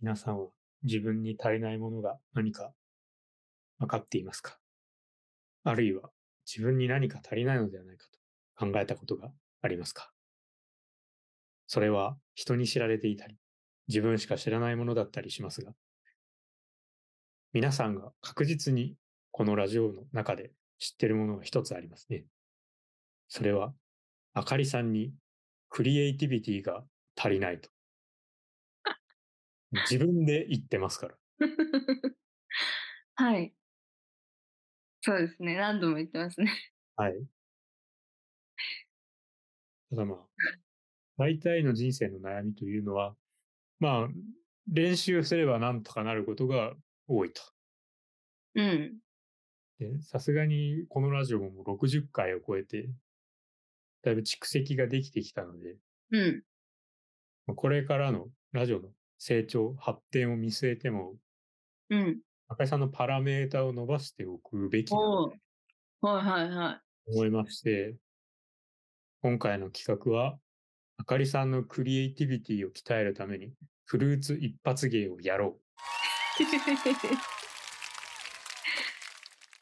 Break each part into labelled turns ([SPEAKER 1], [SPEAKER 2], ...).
[SPEAKER 1] 皆さんは自分に足りないものが何か分かっていますかあるいは自分に何か足りないのではないかと考えたことがありますかそれは人に知られていたり、自分しか知らないものだったりしますが、皆さんが確実にこのラジオの中で知ってるものが一つありますね。それは、あかりさんにクリエイティビティが足りないと。自分で言ってますから。
[SPEAKER 2] はい。そうですね。何度も言ってますね。
[SPEAKER 1] はい。ただまあ、大体の人生の悩みというのは、まあ、練習すればなんとかなることが多いと。
[SPEAKER 2] うん。
[SPEAKER 1] でさすがにこのラジオももう60回を超えて、だいぶ蓄積ができてきたので、
[SPEAKER 2] うん。
[SPEAKER 1] まあこれからのラジオの成長、発展を見据えても、
[SPEAKER 2] うん。
[SPEAKER 1] 赤井さんのパラメータを伸ばしておくべきだ
[SPEAKER 2] お
[SPEAKER 1] と
[SPEAKER 2] うはいはい は
[SPEAKER 1] 思いまして、今回の企画は、あかりさんのクリエイティビティを鍛えるために、フルーツ一発芸をやろう。
[SPEAKER 2] い。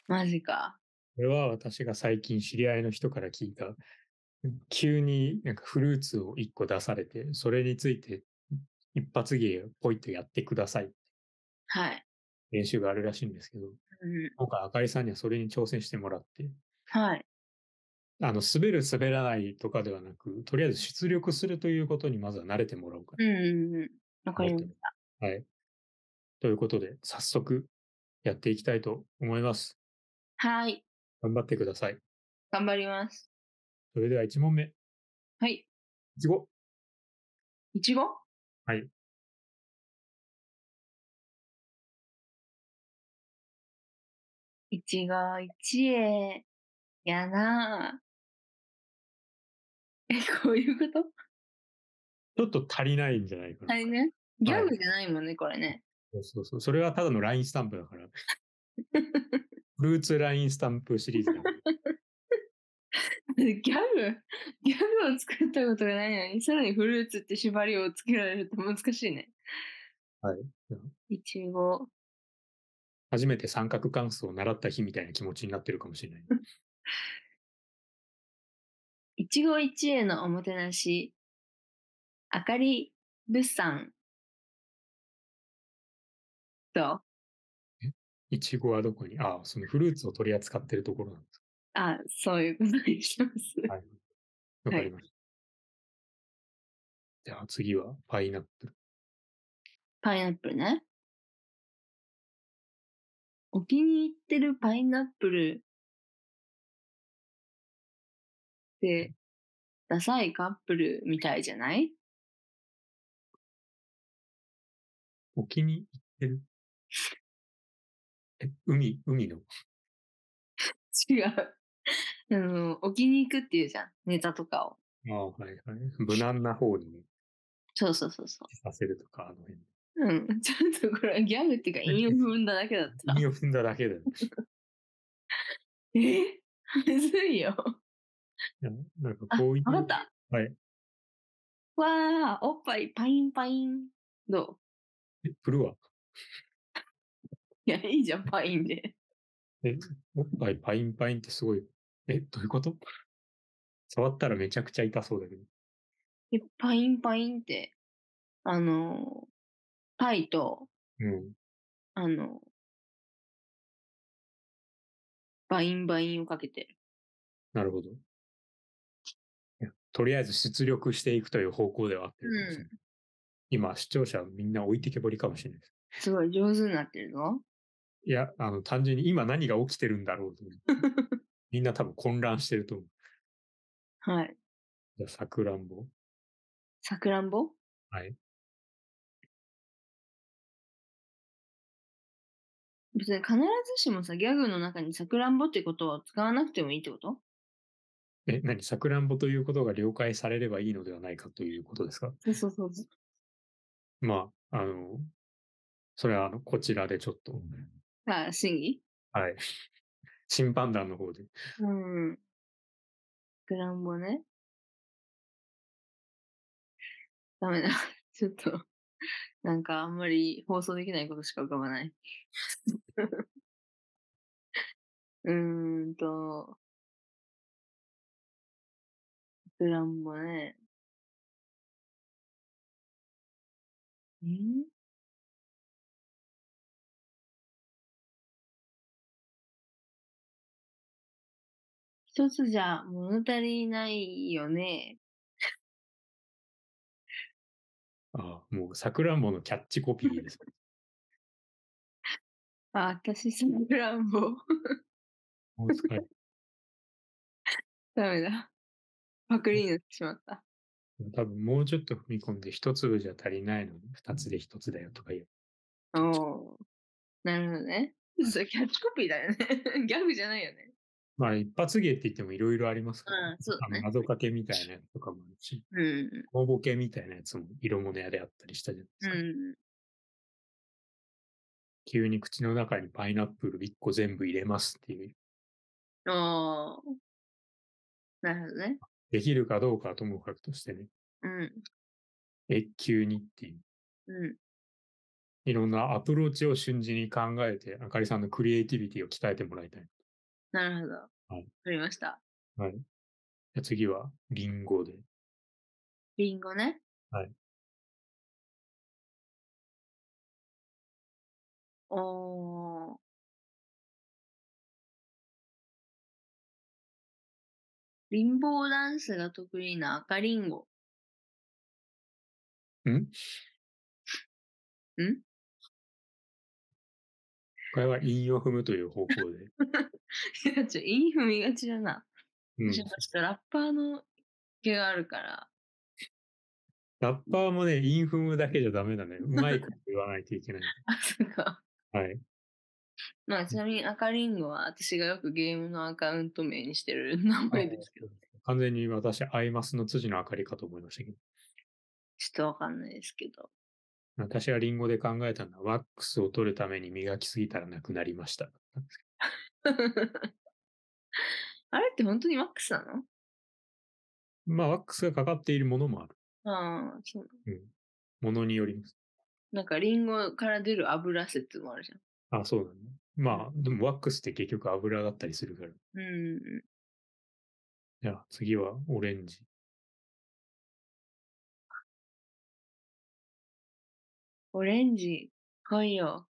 [SPEAKER 2] マジか。
[SPEAKER 1] これは私が最近知り合いの人から聞いた、急になんかフルーツを一個出されて、それについて一発芸をポイッとやってください。
[SPEAKER 2] はい。
[SPEAKER 1] 練習があるらしいんですけど、
[SPEAKER 2] うん。
[SPEAKER 1] 今回あかりさんにはそれに挑戦してもらって、
[SPEAKER 2] はい。
[SPEAKER 1] あの、滑る滑らないとかではなく、とりあえず出力するということにまずは慣れてもらおうかな
[SPEAKER 2] うんうんうん。わかりま
[SPEAKER 1] 思ってますはい。ということで、早速やっていきたいと思います。
[SPEAKER 2] はい。
[SPEAKER 1] 頑張ってください。
[SPEAKER 2] 頑張ります。
[SPEAKER 1] それでは1問目。い
[SPEAKER 2] はい。
[SPEAKER 1] ちご。
[SPEAKER 2] いちご
[SPEAKER 1] はい。
[SPEAKER 2] いちご一会やなぁえ、こういうこと
[SPEAKER 1] ちょっと足りないんじゃないかな。
[SPEAKER 2] あれね。ギャグじゃないもんね、これね。
[SPEAKER 1] そうそうそう。それはただのラインスタンプだから。フルーツラインスタンプシリーズだから。
[SPEAKER 2] ギャグギャグを作ったことがないのに、さらにフルーツって縛りをつけられると難しいね。
[SPEAKER 1] はい。
[SPEAKER 2] いちご。
[SPEAKER 1] 初めて三角関数を習った日みたいな気持ちになってるかもしれな い。
[SPEAKER 2] 一期一会のおもてなし。あかり、物産。どう
[SPEAKER 1] いちごはどこにああ、そのフルーツを取り扱ってるところなんです。
[SPEAKER 2] あ、そういうことにします。
[SPEAKER 1] はい。わかりました。じゃあ次はパイナップル。
[SPEAKER 2] パイナップルね。お気に入ってるパイナップルって、ダサいカップルみたいじゃない
[SPEAKER 1] お気に入ってるえ、海、海の。
[SPEAKER 2] 違う。 あの、置きに行くっていうじゃん。ネタとかを。
[SPEAKER 1] ああ、はいはい。無難な方に
[SPEAKER 2] そうそうそうそ
[SPEAKER 1] させるとか、あの辺。
[SPEAKER 2] う。うん。 ちょっとこれはギャグっていうか意味を踏んだだけだった。
[SPEAKER 1] 身を踏んだだけだよ。
[SPEAKER 2] え むずいよ。
[SPEAKER 1] いやなんか
[SPEAKER 2] あ、
[SPEAKER 1] こうい
[SPEAKER 2] わ
[SPEAKER 1] う。
[SPEAKER 2] かった。
[SPEAKER 1] はい。
[SPEAKER 2] わあ、おっぱいパインパイン。ど
[SPEAKER 1] えプルは
[SPEAKER 2] ういや、いいじゃん、パインで。
[SPEAKER 1] おっぱいパインパインってすごい。え、どういうこと触ったらめちゃくちゃ痛そうだけど。
[SPEAKER 2] えパインパインって、あの、パイと、
[SPEAKER 1] うん。
[SPEAKER 2] あの、バインバインをかけてる。
[SPEAKER 1] なるほど。いやとりあえず出力していくという方向ではあってるかもしれない。今、視聴者みんな置いてけぼりかもしれないです。
[SPEAKER 2] すごい上手になってるぞ。
[SPEAKER 1] いや、あの、単純に今何が起きてるんだろうと思う。みんな多分混乱してると思う。
[SPEAKER 2] はい。
[SPEAKER 1] じゃあ、さくらんぼ。
[SPEAKER 2] さくらんぼ
[SPEAKER 1] はい。
[SPEAKER 2] 別に必ずしもさ、ギャグの中にさくらんぼってことを使わなくてもいいってこと
[SPEAKER 1] え、何さくらんぼということが了解されればいいのではないかということですか
[SPEAKER 2] そうそうそう。
[SPEAKER 1] まあ、あの、それは、あの、こちらでちょっと、
[SPEAKER 2] あ、審議
[SPEAKER 1] はい。審判団の方で。
[SPEAKER 2] うん。さくらんぼね。 ダメだ。ちょっと、なんかあんまり放送できないことしか浮かばない。 うーんと、プランもね。え一つじゃ物足りないよね。
[SPEAKER 1] ああ、もう、さくらんぼのキャッチコピーです。
[SPEAKER 2] あ、私、さくらんぼ。
[SPEAKER 1] もう使え
[SPEAKER 2] ダメだ。パクリになってしま った。
[SPEAKER 1] 多分もうちょっと踏み込んで、一粒じゃ足りないのに、二つで一つだよとか言う。
[SPEAKER 2] おおー。なるほどね。それキャッチコピーだよね。 ギャグじゃないよね。
[SPEAKER 1] まあ、一発芸って言ってもいろいろありますから、
[SPEAKER 2] うんそうだね
[SPEAKER 1] あの謎かけみたいなやつとかもあるし、
[SPEAKER 2] うん。
[SPEAKER 1] 大ボケみたいなやつも色物屋であったりしたじゃないですか。
[SPEAKER 2] うん。
[SPEAKER 1] 急に口の中にパイナップル1個全部入れますっていう。
[SPEAKER 2] おーなるほどね。
[SPEAKER 1] できるかどうかはともかくとしてね、
[SPEAKER 2] うん。
[SPEAKER 1] え、急にっていう。
[SPEAKER 2] うん。
[SPEAKER 1] いろんなアプローチを瞬時に考えて、あかりさんのクリエイティビティを鍛えてもらいたい。
[SPEAKER 2] なるほど。わ
[SPEAKER 1] はい
[SPEAKER 2] かりました。
[SPEAKER 1] はい。じゃあ次は、リンゴで。
[SPEAKER 2] リンゴね。
[SPEAKER 1] はい。
[SPEAKER 2] おー。リンボーダンスが得意な赤リンゴ。
[SPEAKER 1] ん
[SPEAKER 2] ん
[SPEAKER 1] これは韻を踏むという方向で。
[SPEAKER 2] いや、 ちょ、いい踏みがちだな。
[SPEAKER 1] うん
[SPEAKER 2] 私はちょっとラッパーの毛があるから。
[SPEAKER 1] ラッパーもね、インフムだけじゃダメだ ね。うまいこと言わないといけない。
[SPEAKER 2] あ、そうか。
[SPEAKER 1] はい。
[SPEAKER 2] まあ、ちなみに赤リンゴは私がよくゲームのアカウント名にしてる名前ですけど、
[SPEAKER 1] 完全に私、アイマスの辻の明かりかと思いましたけど。
[SPEAKER 2] ちょっとわかんないですけど。
[SPEAKER 1] 私はリンゴで考えたのは、ワックスを取るために磨きすぎたらなくなりました。
[SPEAKER 2] あれって本当にマックスなの
[SPEAKER 1] まあ、ワックスがかかっているものもある。
[SPEAKER 2] ああ、そう。
[SPEAKER 1] ものによります。
[SPEAKER 2] なんかリンゴから出る油説もあるじゃん。
[SPEAKER 1] あ、そうだね。まあ、でもワックスって結局油だったりするから。
[SPEAKER 2] うん。
[SPEAKER 1] じゃあ次はオレンジ。
[SPEAKER 2] オレンジ、来いよ。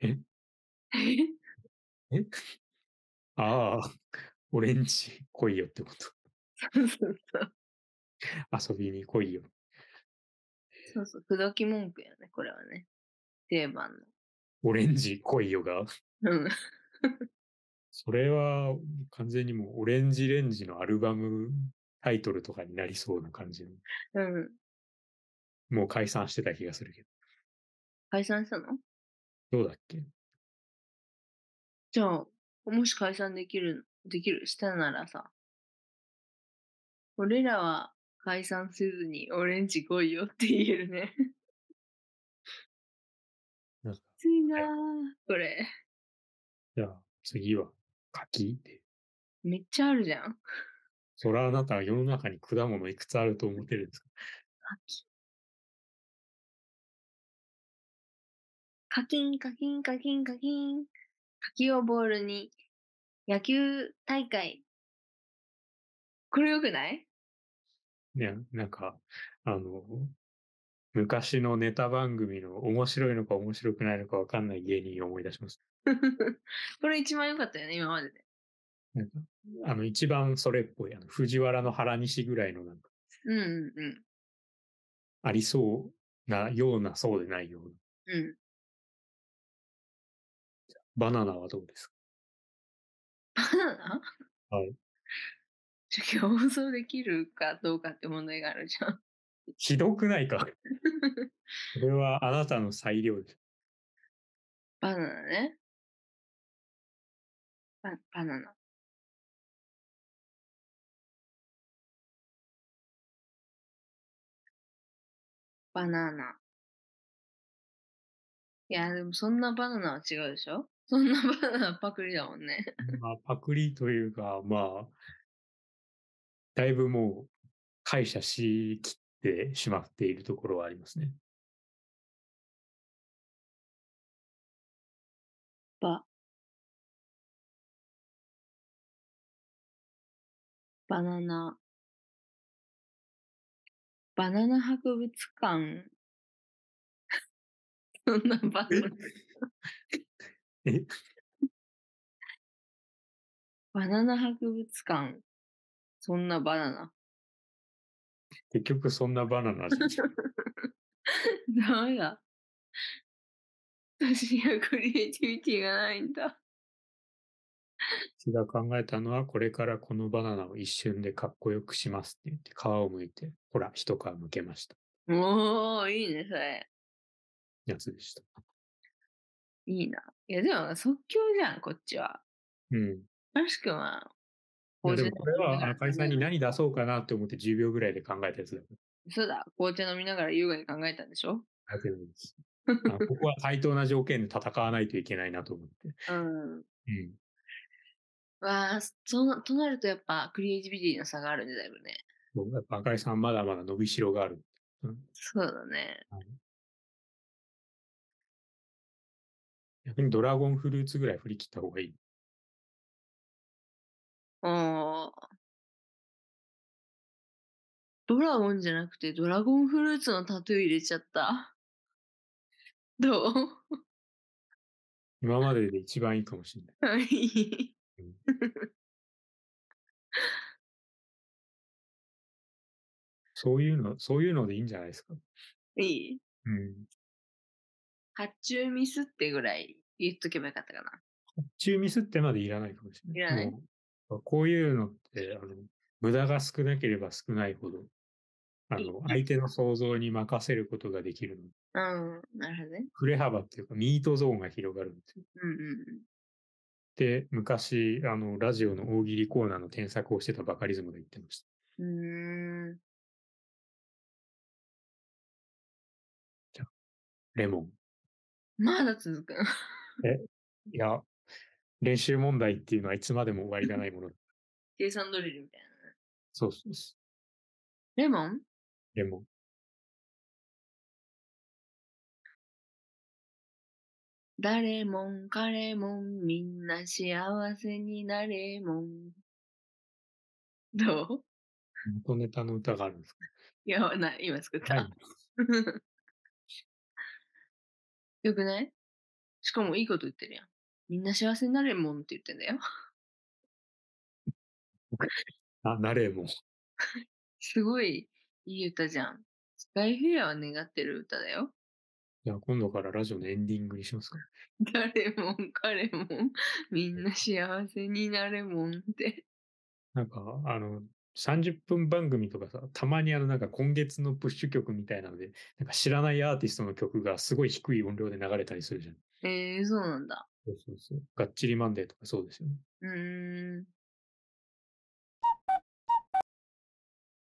[SPEAKER 1] え ああ、オレンジ来いよってこと。
[SPEAKER 2] そうそうそう。
[SPEAKER 1] 遊びに来いよ。
[SPEAKER 2] そうそう。口説き文句やね、これはね。定番
[SPEAKER 1] オレンジ来いよが。
[SPEAKER 2] の。うん。
[SPEAKER 1] それは完全にもうオレンジレンジのアルバムタイトルとかになりそうな感じの。
[SPEAKER 2] うん。
[SPEAKER 1] もう解散してた気がするけ
[SPEAKER 2] 解散したの
[SPEAKER 1] ど。どうだっけ
[SPEAKER 2] じゃあ、もし解散できる、できる、したならさ、俺らは解散せずにオレンジ来いよって言えるね。
[SPEAKER 1] なんか
[SPEAKER 2] きついなぁ、これ。
[SPEAKER 1] じゃあ次は柿で。
[SPEAKER 2] めっちゃあるじゃん。
[SPEAKER 1] そらあなたは世の中に果物いくつあると思ってるんですか
[SPEAKER 2] カキンカキンカキンカキン。柿をボールに野球大会。これよくない
[SPEAKER 1] ね、なんか、あの、昔のネタ番組の面白いのか面白くないのかわかんない芸人を思い出します。
[SPEAKER 2] これ一番良かったよね、今までで。
[SPEAKER 1] なんか、あの、一番それっぽい、あの、藤原の原西ぐらいのなんか、
[SPEAKER 2] うんうんうん。
[SPEAKER 1] ありそうなような、そうでないような。
[SPEAKER 2] うん。
[SPEAKER 1] バナナはどうですか
[SPEAKER 2] バナナ
[SPEAKER 1] はい。
[SPEAKER 2] ちょ、放送できるかどうかって問題があるじゃん。
[SPEAKER 1] ひどくないかこれはあなたの裁量 です。
[SPEAKER 2] バナナね。バ、バナナ。バナナ。いや、でもそんなバナナは違うでしょそんなバナナはパクリだもんね。
[SPEAKER 1] まあ、パクリというか、まあ、だいぶもう、解釈しきってしまっているところはありますね。
[SPEAKER 2] ば、バナナ、バナナ博物館。 そんなバナナ。
[SPEAKER 1] え
[SPEAKER 2] バナナ博物館。そんなバナナ。
[SPEAKER 1] 結局そんなバナナじゃん
[SPEAKER 2] ダメだ。私にはクリエイティビティがないんだ。
[SPEAKER 1] 私が考えたのは、これからこのバナナを一瞬でかっこよくしますって言って、皮を剥いて、ほら、一皮剥けました。
[SPEAKER 2] おー、いいね、それ。
[SPEAKER 1] やつでした。
[SPEAKER 2] いいな。いや、でも即興じゃん、こっちは。
[SPEAKER 1] うん。
[SPEAKER 2] マシ君は、
[SPEAKER 1] いや
[SPEAKER 2] 紅
[SPEAKER 1] で
[SPEAKER 2] 茶
[SPEAKER 1] もこれは、あかりさんに
[SPEAKER 2] 飲みながら
[SPEAKER 1] 何出そうかなって思って10秒ぐらいで考えたやつだか
[SPEAKER 2] そうだ、紅茶飲みながら優雅に考えたんでしょ
[SPEAKER 1] ら。書けないです。あここは対等な条件で戦わないといけないなと思って。
[SPEAKER 2] うん。
[SPEAKER 1] うん。
[SPEAKER 2] わあ、その、となるとやっぱクリエイティビティの差があるね、だいぶね。
[SPEAKER 1] 僕やっぱあかりさんまだまだ伸びしろがある。
[SPEAKER 2] そうだね。
[SPEAKER 1] 逆にドラゴンフルーツぐらい振り切った方がいい。
[SPEAKER 2] おー。ドラゴンじゃなくてドラゴンフルーツのタトゥー入れちゃ った。どう
[SPEAKER 1] 今までで一番いいかもしれない。
[SPEAKER 2] はい。
[SPEAKER 1] そういうの、そういうのでいいんじゃないですか。
[SPEAKER 2] いい
[SPEAKER 1] うん。
[SPEAKER 2] 発注ミスってぐらい言っとけばよかったかな。
[SPEAKER 1] 中ミスってまでいらないかもしれない。
[SPEAKER 2] いらない
[SPEAKER 1] もうこういうのって、あの、無駄が少なければ少ないほど、あの、相手の想像に任せることができるの。
[SPEAKER 2] うん、なるほどね。
[SPEAKER 1] 振れ幅っていうか、ミートゾーンが広がるんですよ。
[SPEAKER 2] うんうん
[SPEAKER 1] で、昔、あの、ラジオの大喜利コーナーの添削をしてたバカリズムが言ってました。
[SPEAKER 2] うん。うーん。
[SPEAKER 1] レモン。
[SPEAKER 2] まだ続く。
[SPEAKER 1] いや、練習問題っていうのはいつまでも終わりがないものだ。
[SPEAKER 2] 計算ドリルみたいな。
[SPEAKER 1] そうそうそ
[SPEAKER 2] レモン
[SPEAKER 1] う。レモン。
[SPEAKER 2] だれもん、かれもん、みんな幸せになれもん。どう
[SPEAKER 1] 元ネタの歌があるんです
[SPEAKER 2] いや、な、今作っ
[SPEAKER 1] か、
[SPEAKER 2] た。よくないしかもいいこと言ってるやん。みんな幸せになれもんって言ってんだよ。
[SPEAKER 1] あ、なれもん。
[SPEAKER 2] すごいいい歌じゃん。スカイフェアを願ってる歌だよ。
[SPEAKER 1] じゃあ今度からラジオのエンディングにしますか。
[SPEAKER 2] 誰もん彼もんみんな幸せになれもんって。
[SPEAKER 1] なんか、あの、30分番組とかさ、たまにあの、なんか今月のプッシュ曲みたいなので、なんか知らないアーティストの曲がすごい低い音量で流れたりするじゃん。
[SPEAKER 2] えー、そうなんだ。
[SPEAKER 1] そうそうそう。がっちりマンデーとかそうですよね。
[SPEAKER 2] うーん。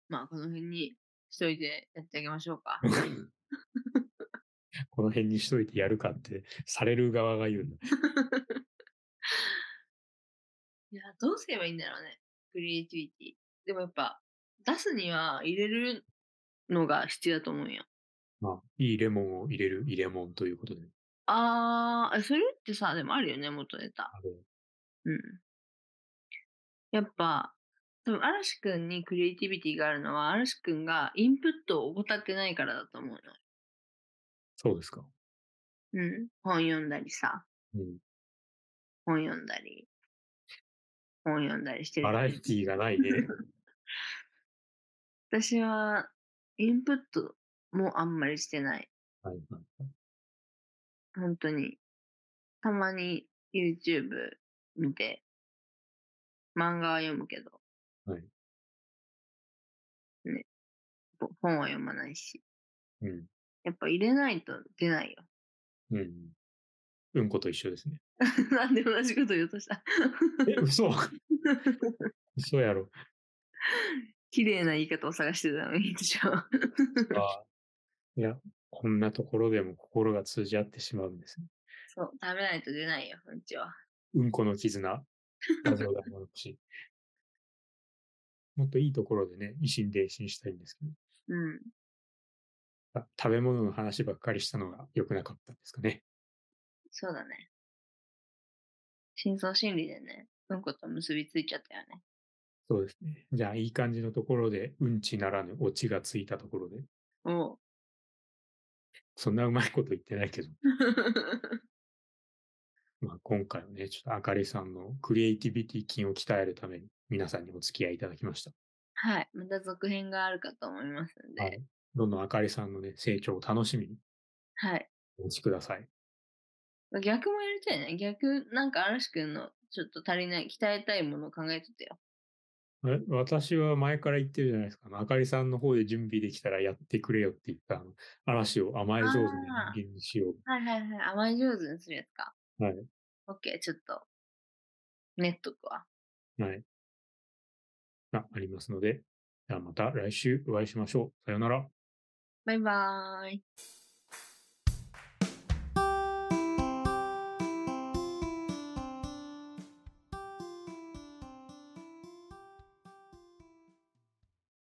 [SPEAKER 2] まあ、この辺にしといてやってあげましょうか。
[SPEAKER 1] この辺にしといてやるかって、される側が言うんだ。
[SPEAKER 2] いや、どうすればいいんだろうね。クリエイティビティ。でもやっぱ、出すには入れるのが必要だと思うよ。
[SPEAKER 1] まあ、いいレモンを入れる入れもんということで。
[SPEAKER 2] あー、えそれってさ、でもあるよね、元ネタ。
[SPEAKER 1] あの
[SPEAKER 2] うん。やっぱ、多分嵐くんにクリエイティビティがあるのは、嵐くんがインプットを怠ってないからだと思うの。
[SPEAKER 1] そうですか。
[SPEAKER 2] うん。本読んだりさ。
[SPEAKER 1] うん。
[SPEAKER 2] 本読んだり、本読んだりしてる
[SPEAKER 1] バ
[SPEAKER 2] けど。
[SPEAKER 1] ラエティーがないね。
[SPEAKER 2] 私は、インプットもあんまりしてない。
[SPEAKER 1] はいはいはい
[SPEAKER 2] 本当に。たまに YouTube 見て、漫画は読むけど。
[SPEAKER 1] はい
[SPEAKER 2] ね。ぼ本は読まないし。
[SPEAKER 1] うん。
[SPEAKER 2] やっぱ入れないと出ないよ。
[SPEAKER 1] うん。うんこと一緒ですね。
[SPEAKER 2] なんで同じこと言おうとした
[SPEAKER 1] え、嘘嘘やろ。
[SPEAKER 2] 綺麗な言い方を探してたのに、私は。
[SPEAKER 1] あいや、こんなところでも心が通じ合ってしまうんですね。
[SPEAKER 2] そう、食べないと出ないよ、うちは。
[SPEAKER 1] うんこの絆、ラジオだものし。もっといいところでね、維心伝心したいんですけど。
[SPEAKER 2] うん。
[SPEAKER 1] あ食べ物の話ばっかりしたのが良くなかったんですかね。
[SPEAKER 2] そうだね。深層心理でね、うんこと結びついちゃったよね。
[SPEAKER 1] そうですね。じゃあ、いい感じのところで、うんちならぬオチがついたところで、
[SPEAKER 2] おう。
[SPEAKER 1] そんなうまいこと言ってないけど、 まあ、今回はね、ちょっとあかりさんのクリエイティビティ筋を鍛えるために、皆さんにお付き合いいただきました。
[SPEAKER 2] はい。また続編があるかと思いますん
[SPEAKER 1] は
[SPEAKER 2] で
[SPEAKER 1] い。どんどんあかりさんのね、成長を楽しみに
[SPEAKER 2] はい。
[SPEAKER 1] お待ちください。
[SPEAKER 2] 逆もやりたいね。逆、なんか嵐くんのちょっと足りない、鍛えたいものを考えててよ。
[SPEAKER 1] え私は前から言ってるじゃないですか。あのあかりさんの方で準備できたらやってくれよって言った、あの嵐を甘え上手な人間にしよう。
[SPEAKER 2] はいはいはい。甘え上手にするやつか。
[SPEAKER 1] はい。
[SPEAKER 2] オッケー、ちょっと、練っとくわ。
[SPEAKER 1] はい。がありますので、じゃあまた来週お会いしましょう。さようなら。
[SPEAKER 2] バイバーイ。